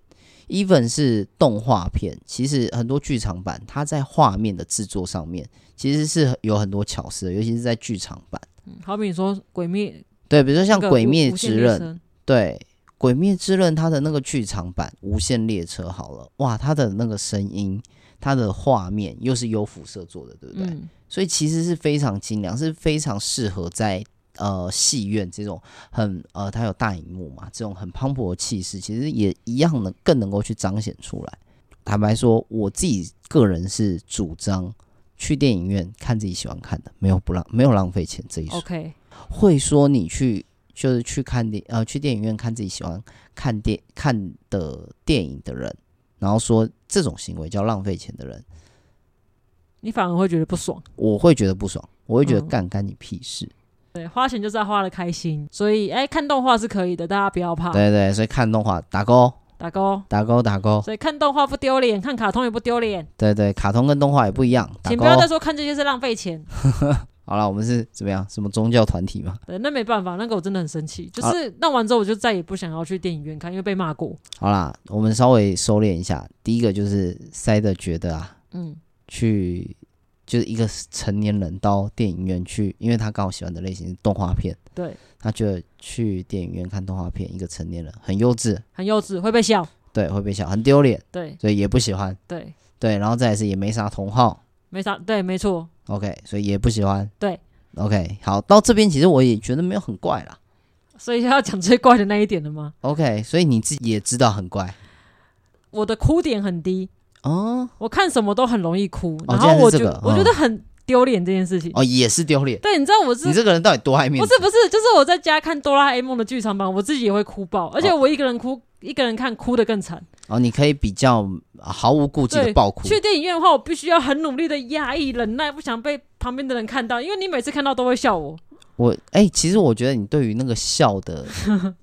[SPEAKER 1] ，even 是动画片，其实很多剧场版它在画面的制作上面其实是有很多巧思的，尤其是在剧场版。
[SPEAKER 2] 嗯好比你说《鬼灭》
[SPEAKER 1] 对，比如说像
[SPEAKER 2] 那
[SPEAKER 1] 《
[SPEAKER 2] 个
[SPEAKER 1] 鬼灭
[SPEAKER 2] 无无限
[SPEAKER 1] 之
[SPEAKER 2] 列
[SPEAKER 1] 刃》，
[SPEAKER 2] 车
[SPEAKER 1] 对，《鬼灭之刃》它的那个剧场版《无限列车》好了，哇，它的那个声音，它的画面又是有辐射做的，对不对？
[SPEAKER 2] 嗯，
[SPEAKER 1] 所以其实是非常精良，是非常适合在呃戏院这种很呃它有大荧幕嘛，这种很磅礴的气势，其实也一样能更能够去彰显出来。坦白说，我自己个人是主张去电影院看自己喜欢看的，没有不浪没有浪费钱这一说。
[SPEAKER 2] OK，
[SPEAKER 1] 会说你去就是去看电呃去电影院看自己喜欢看电看的电影的人，然后说这种行为叫浪费钱的人，
[SPEAKER 2] 你反而会觉得不爽。
[SPEAKER 1] 我会觉得不爽，我会觉得
[SPEAKER 2] 嗯
[SPEAKER 1] 干干你屁事。
[SPEAKER 2] 对，花钱就是要花的开心，所以哎，看动画是可以的，大家不要怕，
[SPEAKER 1] 对对，所以看动画打勾
[SPEAKER 2] 打勾。
[SPEAKER 1] 打勾打勾，
[SPEAKER 2] 所以看动画不丢脸，看卡通也不丢脸，
[SPEAKER 1] 对对，卡通跟动画也不一样，打
[SPEAKER 2] 请
[SPEAKER 1] 勾
[SPEAKER 2] 不。要再说看这些是浪费钱。
[SPEAKER 1] 好了，我们是怎么样？什么宗教团体吗？
[SPEAKER 2] 对，那没办法，那个我真的很生
[SPEAKER 1] 啊
[SPEAKER 2] 气，就是弄完之后我就再也不想要去电影院看，因为被骂过。
[SPEAKER 1] 好啦，我们稍微收敛一下。第一个就是塞德觉得啊，
[SPEAKER 2] 嗯，
[SPEAKER 1] 去就是一个成年人到电影院去，因为他刚好喜欢的类型是动画片，
[SPEAKER 2] 对，
[SPEAKER 1] 他觉得去电影院看动画片，一个成年人很幼稚，
[SPEAKER 2] 很幼稚，会被笑。
[SPEAKER 1] 对，会被笑，很丢脸，
[SPEAKER 2] 对
[SPEAKER 1] 所以也不喜欢。
[SPEAKER 2] 对，
[SPEAKER 1] 对，然后再来是也没啥同好
[SPEAKER 2] 没啥，对，没错，
[SPEAKER 1] ，OK，所以也不喜欢。
[SPEAKER 2] 对
[SPEAKER 1] ，OK，好，到这边其实我也觉得没有很怪啦。
[SPEAKER 2] 所以要讲最怪的那一点了吗？
[SPEAKER 1] OK，所以你自己也知道很怪
[SPEAKER 2] 我的哭点很低，
[SPEAKER 1] 哦
[SPEAKER 2] 我看什么都很容易哭，
[SPEAKER 1] 哦
[SPEAKER 2] 然
[SPEAKER 1] 竟然
[SPEAKER 2] 后
[SPEAKER 1] 是
[SPEAKER 2] 我
[SPEAKER 1] 这
[SPEAKER 2] 觉
[SPEAKER 1] 个嗯
[SPEAKER 2] 得、我觉得很丢脸这件事情。
[SPEAKER 1] 哦，也是丢脸。
[SPEAKER 2] 对，你知道我是
[SPEAKER 1] 你这个人到底多爱面
[SPEAKER 2] 不
[SPEAKER 1] 子？
[SPEAKER 2] 是不是，就是我在家看哆啦 A 梦的剧场版，我自己也会哭爆，而且我一个人哭，一个人看哭的更惨。
[SPEAKER 1] 哦，你可以比较毫无顾忌的
[SPEAKER 2] 对
[SPEAKER 1] 爆哭。
[SPEAKER 2] 去电影院的话，我必须要很努力的压抑、忍耐，不想被旁边的人看到，因为你每次看到都会笑
[SPEAKER 1] *laughs*
[SPEAKER 2] 我
[SPEAKER 1] 我哎、其实我觉得你对于那个笑
[SPEAKER 2] *laughs*
[SPEAKER 1] 的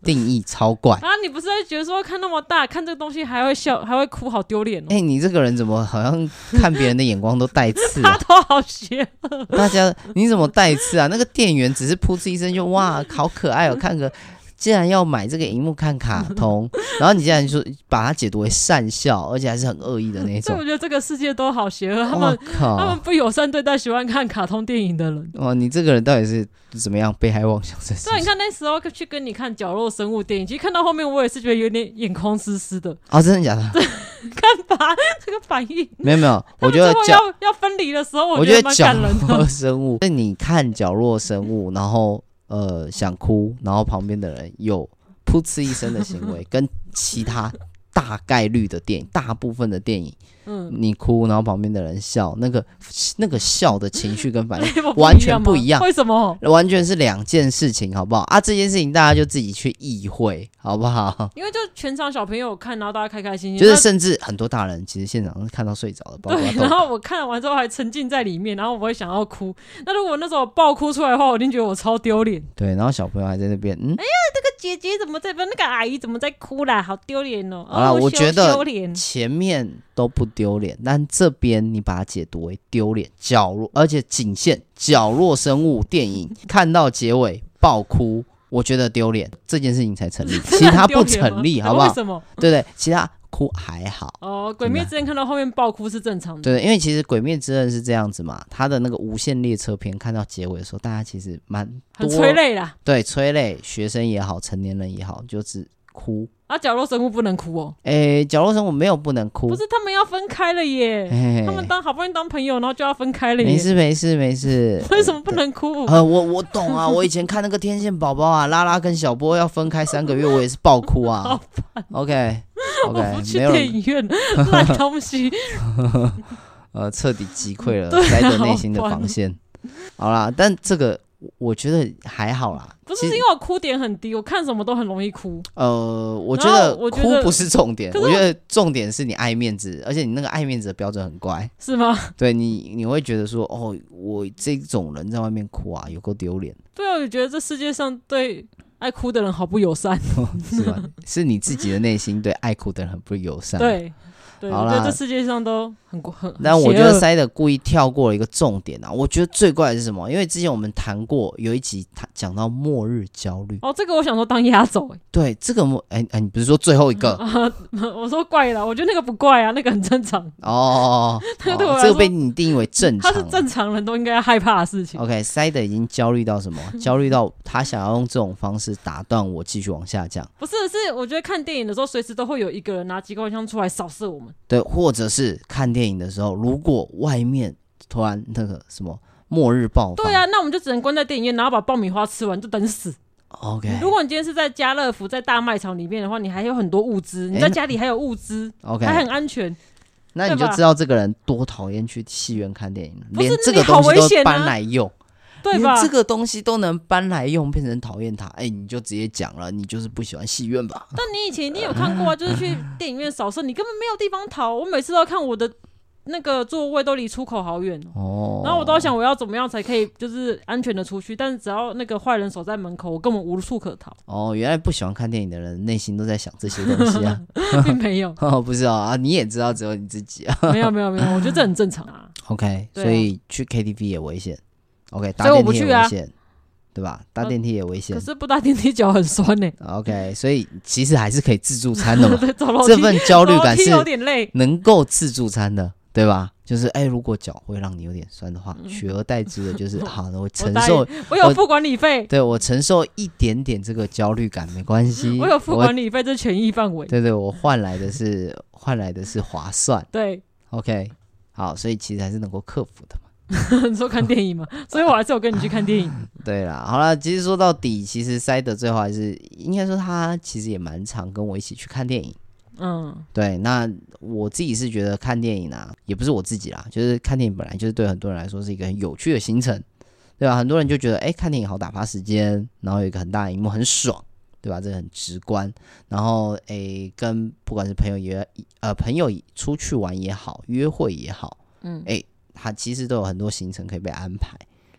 [SPEAKER 1] 定义超怪。
[SPEAKER 2] 啊！你不是会觉得说看那么大，看这个东西还会笑，还会哭，好丢脸
[SPEAKER 1] 哎、
[SPEAKER 2] 哦！
[SPEAKER 1] 你这个人怎么好像看别人的眼光都带刺
[SPEAKER 2] 他 *laughs*
[SPEAKER 1] 啊？
[SPEAKER 2] *laughs* 都好邪，
[SPEAKER 1] 大家你怎么带刺啊？那个店员只是噗嗤一声就哇，好可爱哦，看个。竟然要买这个荧幕看卡通，然后你竟然说把它解读为善笑，而且还是很恶意的那
[SPEAKER 2] *laughs* 所
[SPEAKER 1] 种
[SPEAKER 2] 以我。觉得这个世界都好邪恶，他
[SPEAKER 1] 我
[SPEAKER 2] 们他
[SPEAKER 1] 靠
[SPEAKER 2] 们！不友善对待喜欢看卡通电影的人。
[SPEAKER 1] 哇，哦你这个人到底是怎么样被害妄想症？
[SPEAKER 2] 啊所以你看那时候去跟你看角落生物电影，其实看到后面我也是觉得有点眼眶湿
[SPEAKER 1] *laughs*
[SPEAKER 2] 湿的，
[SPEAKER 1] 啊、真的假的？
[SPEAKER 2] 看吧，这个反应。
[SPEAKER 1] 没有没有，
[SPEAKER 2] *laughs*
[SPEAKER 1] 我
[SPEAKER 2] 他们
[SPEAKER 1] 觉
[SPEAKER 2] 最
[SPEAKER 1] 得
[SPEAKER 2] 后
[SPEAKER 1] 角
[SPEAKER 2] 要要分离的时候，
[SPEAKER 1] 我
[SPEAKER 2] 觉
[SPEAKER 1] 觉
[SPEAKER 2] 得
[SPEAKER 1] 得
[SPEAKER 2] 蛮
[SPEAKER 1] 角
[SPEAKER 2] 感人
[SPEAKER 1] 落
[SPEAKER 2] 的。
[SPEAKER 1] 生物， *laughs* 那你看角落生物，然后呃想哭，然后旁边的人有噗嗤一声的行
[SPEAKER 2] *laughs*
[SPEAKER 1] 为，跟其他大概率的电影，大部分的电影，
[SPEAKER 2] 嗯，
[SPEAKER 1] 你哭，然后旁边的人笑，那个那个笑的情绪跟反应
[SPEAKER 2] *laughs* 我
[SPEAKER 1] 完
[SPEAKER 2] 一
[SPEAKER 1] 全
[SPEAKER 2] 样
[SPEAKER 1] 不
[SPEAKER 2] 吗
[SPEAKER 1] 一样
[SPEAKER 2] 为什么？
[SPEAKER 1] *laughs* 完全是两件事情，好不好？啊，这件事情大家就自己去意会，好不好？
[SPEAKER 2] 因为就全场小朋友看，然后大家开开心心。
[SPEAKER 1] 就是甚至很多大人其实现场是看到睡着了，包
[SPEAKER 2] 那
[SPEAKER 1] 括
[SPEAKER 2] 对，
[SPEAKER 1] 豆
[SPEAKER 2] 然
[SPEAKER 1] 豆
[SPEAKER 2] 后我看完之后还沉浸在里面，然后我会想要哭。那如果那时候爆哭出来的话，我一定觉得我超丢脸。
[SPEAKER 1] 对，然后小朋友还在那边，嗯，
[SPEAKER 2] 那个姐姐怎么在？不那个阿姨怎么在哭啦？好丢脸哦！
[SPEAKER 1] 好啦
[SPEAKER 2] 哦
[SPEAKER 1] 我
[SPEAKER 2] 羞
[SPEAKER 1] 觉得
[SPEAKER 2] 丢脸。
[SPEAKER 1] 前面都不丢脸，但这边你把它解读为丢脸，角落，而且仅限角落生物电影，看到结尾爆哭，我觉得丢脸，这件事情才
[SPEAKER 2] *laughs*
[SPEAKER 1] 成立，其他不成立，
[SPEAKER 2] 真的很丢脸吗
[SPEAKER 1] 好不好
[SPEAKER 2] 为？什么？
[SPEAKER 1] 对不对？其他哭还好。
[SPEAKER 2] 哦，鬼灭之刃看到后面爆哭是正常的。
[SPEAKER 1] 对，因为其实《鬼灭之刃》是这样子嘛，它的那个无限列车篇看到结尾的时候，大家其实蛮
[SPEAKER 2] 很
[SPEAKER 1] 多
[SPEAKER 2] 催泪啦。
[SPEAKER 1] 对催泪，学生也好，成年人也好，就只哭。
[SPEAKER 2] 啊，角落生物不能哭哦，
[SPEAKER 1] 诶，角落生物没有不能哭，
[SPEAKER 2] 不是他们要分开了耶。
[SPEAKER 1] 嘿
[SPEAKER 2] 他们当好不容易当朋友，然后就要分开了耶。，
[SPEAKER 1] 没事没事没事
[SPEAKER 2] 为什么不能
[SPEAKER 1] *laughs*
[SPEAKER 2] 哭？
[SPEAKER 1] 呃，我我懂啊，我以前看那个《天线宝宝》啊，拉拉跟小波要分开三个月，我也是爆哭啊
[SPEAKER 2] 好。
[SPEAKER 1] OK
[SPEAKER 2] *laughs* 我不
[SPEAKER 1] OK，
[SPEAKER 2] 去
[SPEAKER 1] 没有
[SPEAKER 2] 电
[SPEAKER 1] 人
[SPEAKER 2] 影院，烂东西。
[SPEAKER 1] 呃彻底击溃了
[SPEAKER 2] *laughs* 对啊
[SPEAKER 1] 塞德内心的
[SPEAKER 2] 好烦
[SPEAKER 1] 防线。好啦，但这个我我觉得还好啦。
[SPEAKER 2] 不是
[SPEAKER 1] 其
[SPEAKER 2] 是
[SPEAKER 1] 实
[SPEAKER 2] 因为我哭点很低，我看什么都很容易哭。
[SPEAKER 1] 呃，我觉
[SPEAKER 2] 然后
[SPEAKER 1] 得
[SPEAKER 2] 我觉
[SPEAKER 1] 哭
[SPEAKER 2] 得
[SPEAKER 1] 不是重点，
[SPEAKER 2] 可是
[SPEAKER 1] 我
[SPEAKER 2] 我
[SPEAKER 1] 觉得重点是你爱面子，而且你那个爱面子的标准很乖。
[SPEAKER 2] 是吗？ *laughs*
[SPEAKER 1] 对你，你会觉得说，哦，我这种人在外面哭啊，有够丢脸。
[SPEAKER 2] 对啊，我觉得这世界上对爱哭的人好不友善。
[SPEAKER 1] 是吧？ *laughs* 是你自己的内心对爱哭的人很不友善。，
[SPEAKER 2] *laughs* 对，对，
[SPEAKER 1] 好
[SPEAKER 2] 我
[SPEAKER 1] 啦
[SPEAKER 2] 觉得这世界上都很很。
[SPEAKER 1] 但
[SPEAKER 2] 很
[SPEAKER 1] 我觉
[SPEAKER 2] 邪
[SPEAKER 1] 得
[SPEAKER 2] 恶
[SPEAKER 1] 塞的故意跳过了一个重点啊。我觉得最怪的是什么？因为之前我们谈过有一集谈讲到末日焦虑，
[SPEAKER 2] 哦，这个我想说当压轴、 *laughs* 欸
[SPEAKER 1] 对这个末，哎、哎、你不是说最后一个哦
[SPEAKER 2] 啊，我说怪了，我觉得那个不怪啊，那个很正常，
[SPEAKER 1] 哦哦
[SPEAKER 2] *laughs* 对我来
[SPEAKER 1] 这个
[SPEAKER 2] 说
[SPEAKER 1] 被你定义为正
[SPEAKER 2] 他
[SPEAKER 1] 常
[SPEAKER 2] 是
[SPEAKER 1] 了。
[SPEAKER 2] 正常哦人都应该害怕的事情。
[SPEAKER 1] OK，塞的已经焦虑到什么？焦虑到他想要用这种方式打断我继续往下降，
[SPEAKER 2] 不是，是我觉得看电影的时候，随时都会有一个人拿机关枪出来扫射我们。
[SPEAKER 1] 对，或者是看电影的时候，如果外面突然那个什么末日爆发，
[SPEAKER 2] 对啊，那我们就只能关在电影院，然后把爆米花吃完，就等死。
[SPEAKER 1] ，OK，
[SPEAKER 2] 如果你今天是在家乐福、在大卖场里面的话，你还有很多物资，你在家里还有物资，
[SPEAKER 1] OK，
[SPEAKER 2] 还很安全。
[SPEAKER 1] 那你
[SPEAKER 2] 对
[SPEAKER 1] 就
[SPEAKER 2] 吧
[SPEAKER 1] 知道这个人多讨厌去戏院看电影了，
[SPEAKER 2] 不是
[SPEAKER 1] 连这
[SPEAKER 2] 你
[SPEAKER 1] 个东
[SPEAKER 2] 好
[SPEAKER 1] 西
[SPEAKER 2] 危
[SPEAKER 1] 都
[SPEAKER 2] 险啊
[SPEAKER 1] 搬来用，
[SPEAKER 2] 对吧
[SPEAKER 1] 连？这个东西都能搬来用，变成讨厌他，哎、你就直接讲了，你就是不喜欢戏院吧？
[SPEAKER 2] 但你以前一定有
[SPEAKER 1] *laughs*
[SPEAKER 2] 看过啊，就是去电影院扫射，你根本没有地方逃。我每次都要看我的那个座位都离出口好远
[SPEAKER 1] 哦，
[SPEAKER 2] 哦。然后我都要想我要怎么样才可以就是安全的出去，但是只要那个坏人守在门口，我根本无处可
[SPEAKER 1] *laughs*
[SPEAKER 2] 逃，
[SPEAKER 1] 哦，原来不喜欢看电影的人内心都在想这些东西啊， *laughs*
[SPEAKER 2] 并没有，
[SPEAKER 1] 哦，不是哦啊，你也知道只有你自己啊 *laughs*
[SPEAKER 2] 没有，没有，没有，我觉得这很正常啊。
[SPEAKER 1] ，OK，
[SPEAKER 2] 对啊
[SPEAKER 1] 所以去 KTV 也危险。 OK，
[SPEAKER 2] 所以
[SPEAKER 1] 搭
[SPEAKER 2] 我
[SPEAKER 1] 电
[SPEAKER 2] 不
[SPEAKER 1] 梯也
[SPEAKER 2] 去啊
[SPEAKER 1] 危险，对吧？搭
[SPEAKER 2] 呃
[SPEAKER 1] 电梯也危险
[SPEAKER 2] 可。是不搭电梯脚很酸呢、。
[SPEAKER 1] OK，所以其实还是可以自助餐的嘛
[SPEAKER 2] *laughs* 对，走楼梯
[SPEAKER 1] 这份焦虑感
[SPEAKER 2] 走楼梯
[SPEAKER 1] 是
[SPEAKER 2] 有点累。
[SPEAKER 1] 能够自助餐的，对吧？就是哎，如果脚会让你有点酸的话，
[SPEAKER 2] 嗯
[SPEAKER 1] 取而代之的就是
[SPEAKER 2] *laughs*
[SPEAKER 1] 好，那我承
[SPEAKER 2] 答
[SPEAKER 1] 受，
[SPEAKER 2] 我有
[SPEAKER 1] 我
[SPEAKER 2] 付管理费，
[SPEAKER 1] 对我承受一点点这个焦虑感没关系。
[SPEAKER 2] 我有付管理费，这是权益范围。
[SPEAKER 1] *laughs* 对对，我换来的是换来的是划算。
[SPEAKER 2] 对，
[SPEAKER 1] OK，好，所以其实还是能够克服的嘛。
[SPEAKER 2] *laughs* 你说看电影嘛，所以我还是有跟你去看电影。
[SPEAKER 1] *laughs* 对啦，好啦，其实说到底，其实塞德最后还是应该说他其实也蛮常跟我一起去看电影。
[SPEAKER 2] 嗯，
[SPEAKER 1] 对，那我自己是觉得看电影啊，也不是我自己啦，就是看电影本来就是对很多人来说是一个很有趣的行程，对吧？很多人就觉得，哎、看电影好打发时间，然后有一个很大的荧幕很爽，对吧？这个很直观。然后，哎、跟不管是朋友也呃朋友出去玩也好，约会也好，
[SPEAKER 2] 嗯
[SPEAKER 1] 哎、他其实都有很多行程可以被安排。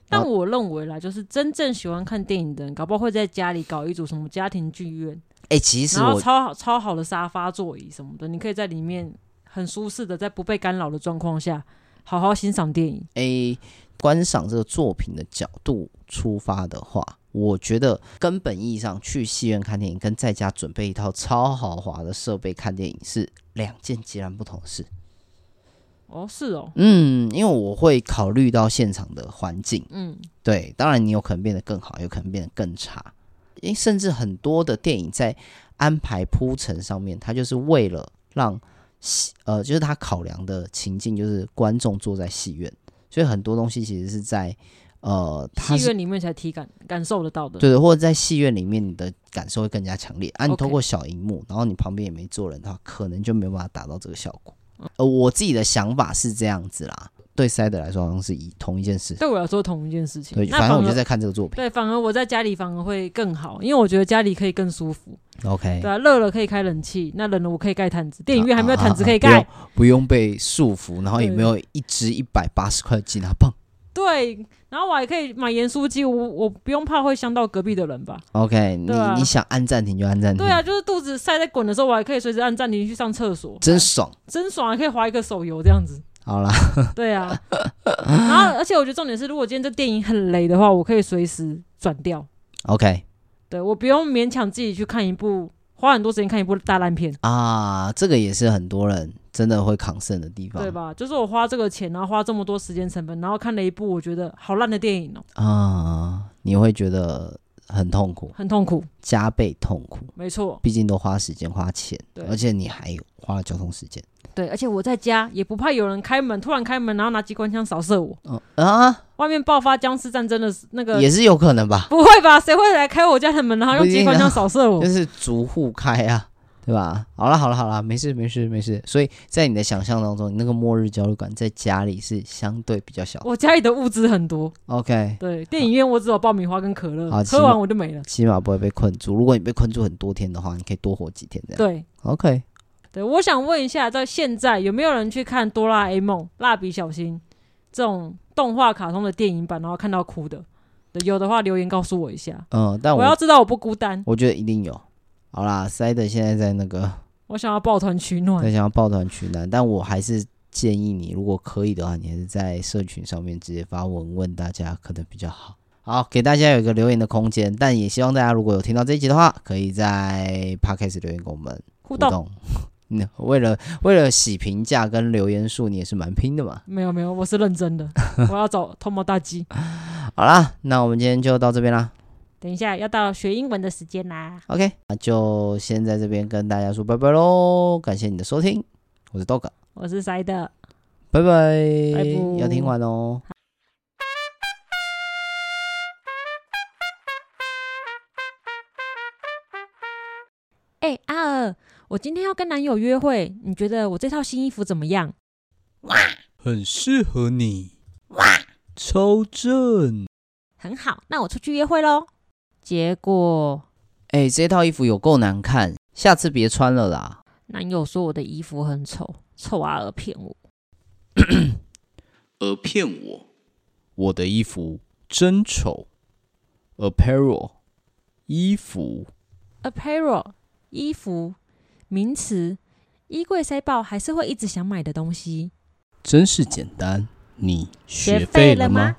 [SPEAKER 2] 但我认为啦，就是真正喜欢看电影的人，搞不好会在家里搞一组什么家庭剧院，
[SPEAKER 1] 哎、其实
[SPEAKER 2] 然后
[SPEAKER 1] 我
[SPEAKER 2] 超好超好的沙发座椅什么的，你可以在里面很舒适的，在不被干扰的状况下，好好欣赏电影。
[SPEAKER 1] 诶观赏这个作品的角度出发的话，我觉得根本意义上去戏院看电影跟在家准备一套超豪华的设备看电影是两件截然不同的事。
[SPEAKER 2] 哦，是哦，
[SPEAKER 1] 嗯，因为我会考虑到现场的环境，
[SPEAKER 2] 嗯，
[SPEAKER 1] 对，当然你有可能变得更好，有可能变得更差。因为甚至很多的电影在安排铺陈上面，它就是为了让戏呃，就是它考量的情境就是观众坐在戏院，所以很多东西其实是在呃，它
[SPEAKER 2] 戏
[SPEAKER 1] 是
[SPEAKER 2] 院里面才体感感受得到的。
[SPEAKER 1] 对的，或者在戏院里面你的感受会更加强烈啊。你
[SPEAKER 2] OK
[SPEAKER 1] 通过小荧幕，然后你旁边也没坐人的话，可能就没有办法达到这个效果。呃，我自己的想法是这样子啦，对塞德来说好像是以同一件事，
[SPEAKER 2] 对我来说同一件事情
[SPEAKER 1] 对，，
[SPEAKER 2] 那
[SPEAKER 1] 反正我就
[SPEAKER 2] 而
[SPEAKER 1] 在看这个作品。
[SPEAKER 2] 对，反而我在家里反而会更好，因为我觉得家里可以更舒服。
[SPEAKER 1] OK，
[SPEAKER 2] 对啊，热了可以开冷气，那冷了我可以盖毯子。电影院还没有毯子可以
[SPEAKER 1] 啊啊
[SPEAKER 2] 盖
[SPEAKER 1] 啊，啊不用不用被束缚，然后也
[SPEAKER 2] 对
[SPEAKER 1] 没有一支一百八十块的吉拿棒。
[SPEAKER 2] 对，然后我还可以买盐酥鸡，我我不用怕会伤到隔壁的人吧？
[SPEAKER 1] OK，你、
[SPEAKER 2] 对啊
[SPEAKER 1] 你想按暂停就按暂停，
[SPEAKER 2] 对啊，就是肚子晒在滚的时候，我还可以随时按暂停去上厕所，
[SPEAKER 1] 真爽。
[SPEAKER 2] 真爽，还可以划一个手游这样子。
[SPEAKER 1] 好啦，
[SPEAKER 2] 对啊，然后而且我觉得重点是，如果今天这电影很雷的话，我可以随时转掉，
[SPEAKER 1] OK
[SPEAKER 2] 对我不用勉强自己去看一部花很多时间看一部大烂片，
[SPEAKER 1] 啊，这个也是很多人真的会抗胜的地方，
[SPEAKER 2] 对吧？就是我花这个钱，然后花这么多时间成本，然后看了一部我觉得好烂的电影哦，
[SPEAKER 1] 啊，你会觉得很痛苦，
[SPEAKER 2] 很痛苦，
[SPEAKER 1] 加倍痛苦。
[SPEAKER 2] 没错。
[SPEAKER 1] 毕竟都花时间花钱
[SPEAKER 2] 对，
[SPEAKER 1] 而且你还花了交通时间。
[SPEAKER 2] 对，而且我在家也不怕有人开门，突然开门，然后拿机关枪扫射我。
[SPEAKER 1] 嗯啊，
[SPEAKER 2] 外面爆发僵尸战争的时那个，
[SPEAKER 1] 也是有可能吧，
[SPEAKER 2] 不会吧？谁会来开我家的门，然后用
[SPEAKER 1] 不一定
[SPEAKER 2] 机关
[SPEAKER 1] 啊
[SPEAKER 2] 枪扫射我
[SPEAKER 1] 就？是逐户开啊，对吧？好了好了好了，没事没事没事。所以在你的想象当中，你那个末日焦虑感在家里是相对比较小的。
[SPEAKER 2] 我家里的物资很多，
[SPEAKER 1] OK，
[SPEAKER 2] 对，电影院我只有爆米花跟可乐
[SPEAKER 1] 好，
[SPEAKER 2] 喝
[SPEAKER 1] 行
[SPEAKER 2] 完我就没了。
[SPEAKER 1] 起码不会被困住。如果你被困住很多天的话，你可以多活几天这样。
[SPEAKER 2] 对
[SPEAKER 1] OK，
[SPEAKER 2] 对，我想问一下，在现在有没有人去看《哆啦 A 梦》《蜡笔小新》这种动画卡通的电影版，然后看到哭的？对有的话留言告诉我一下，
[SPEAKER 1] 嗯，但
[SPEAKER 2] 我
[SPEAKER 1] 我
[SPEAKER 2] 要知道我不孤单，
[SPEAKER 1] 我觉得一定有。好啦，塞德现在在那个
[SPEAKER 2] 我想要抱团取暖
[SPEAKER 1] 在。想要抱团取暖，但我还是建议你，如果可以的话，你还是在社群上面直接发文问大家，可能比较好。好，给大家有一个留言的空间，但也希望大家如果有听到这一集的话，可以在 podcast 留言给我们
[SPEAKER 2] 互
[SPEAKER 1] 互
[SPEAKER 2] 动
[SPEAKER 1] 动。 *laughs* 嗯为了为了洗评价跟留言数，你也是蛮拼的嘛。
[SPEAKER 2] 没有没有，我是认
[SPEAKER 1] *laughs*
[SPEAKER 2] 真的，我要找偷猫大鸡。
[SPEAKER 1] 好啦，那我们今天就到这边啦。
[SPEAKER 2] 等一下要到学英文的时间啦，
[SPEAKER 1] OK，那就先在这边跟大家说拜拜喽，感谢你的收听，我是 Dog，
[SPEAKER 2] 我是塞的。
[SPEAKER 1] 拜拜，
[SPEAKER 2] 拜拜
[SPEAKER 1] 要听完哦。
[SPEAKER 2] 哎、阿尔，我今天要跟男友约会，你觉得我这套新衣服怎么样？
[SPEAKER 3] 很适合你，超正。
[SPEAKER 2] 很好，那我出去约会喽。结果
[SPEAKER 1] 哎、这套衣服有够难看，下次别穿了啦。
[SPEAKER 2] 男友说我的衣服很丑，臭阿尔骗我。
[SPEAKER 3] 而骗我，我的衣服真丑。Apparel，衣服。
[SPEAKER 2] Apparel 衣服名词，衣柜塞爆还是会一直想买的东西。
[SPEAKER 3] 真是简单。你学
[SPEAKER 2] 费
[SPEAKER 3] 废
[SPEAKER 2] 了
[SPEAKER 3] 了吗？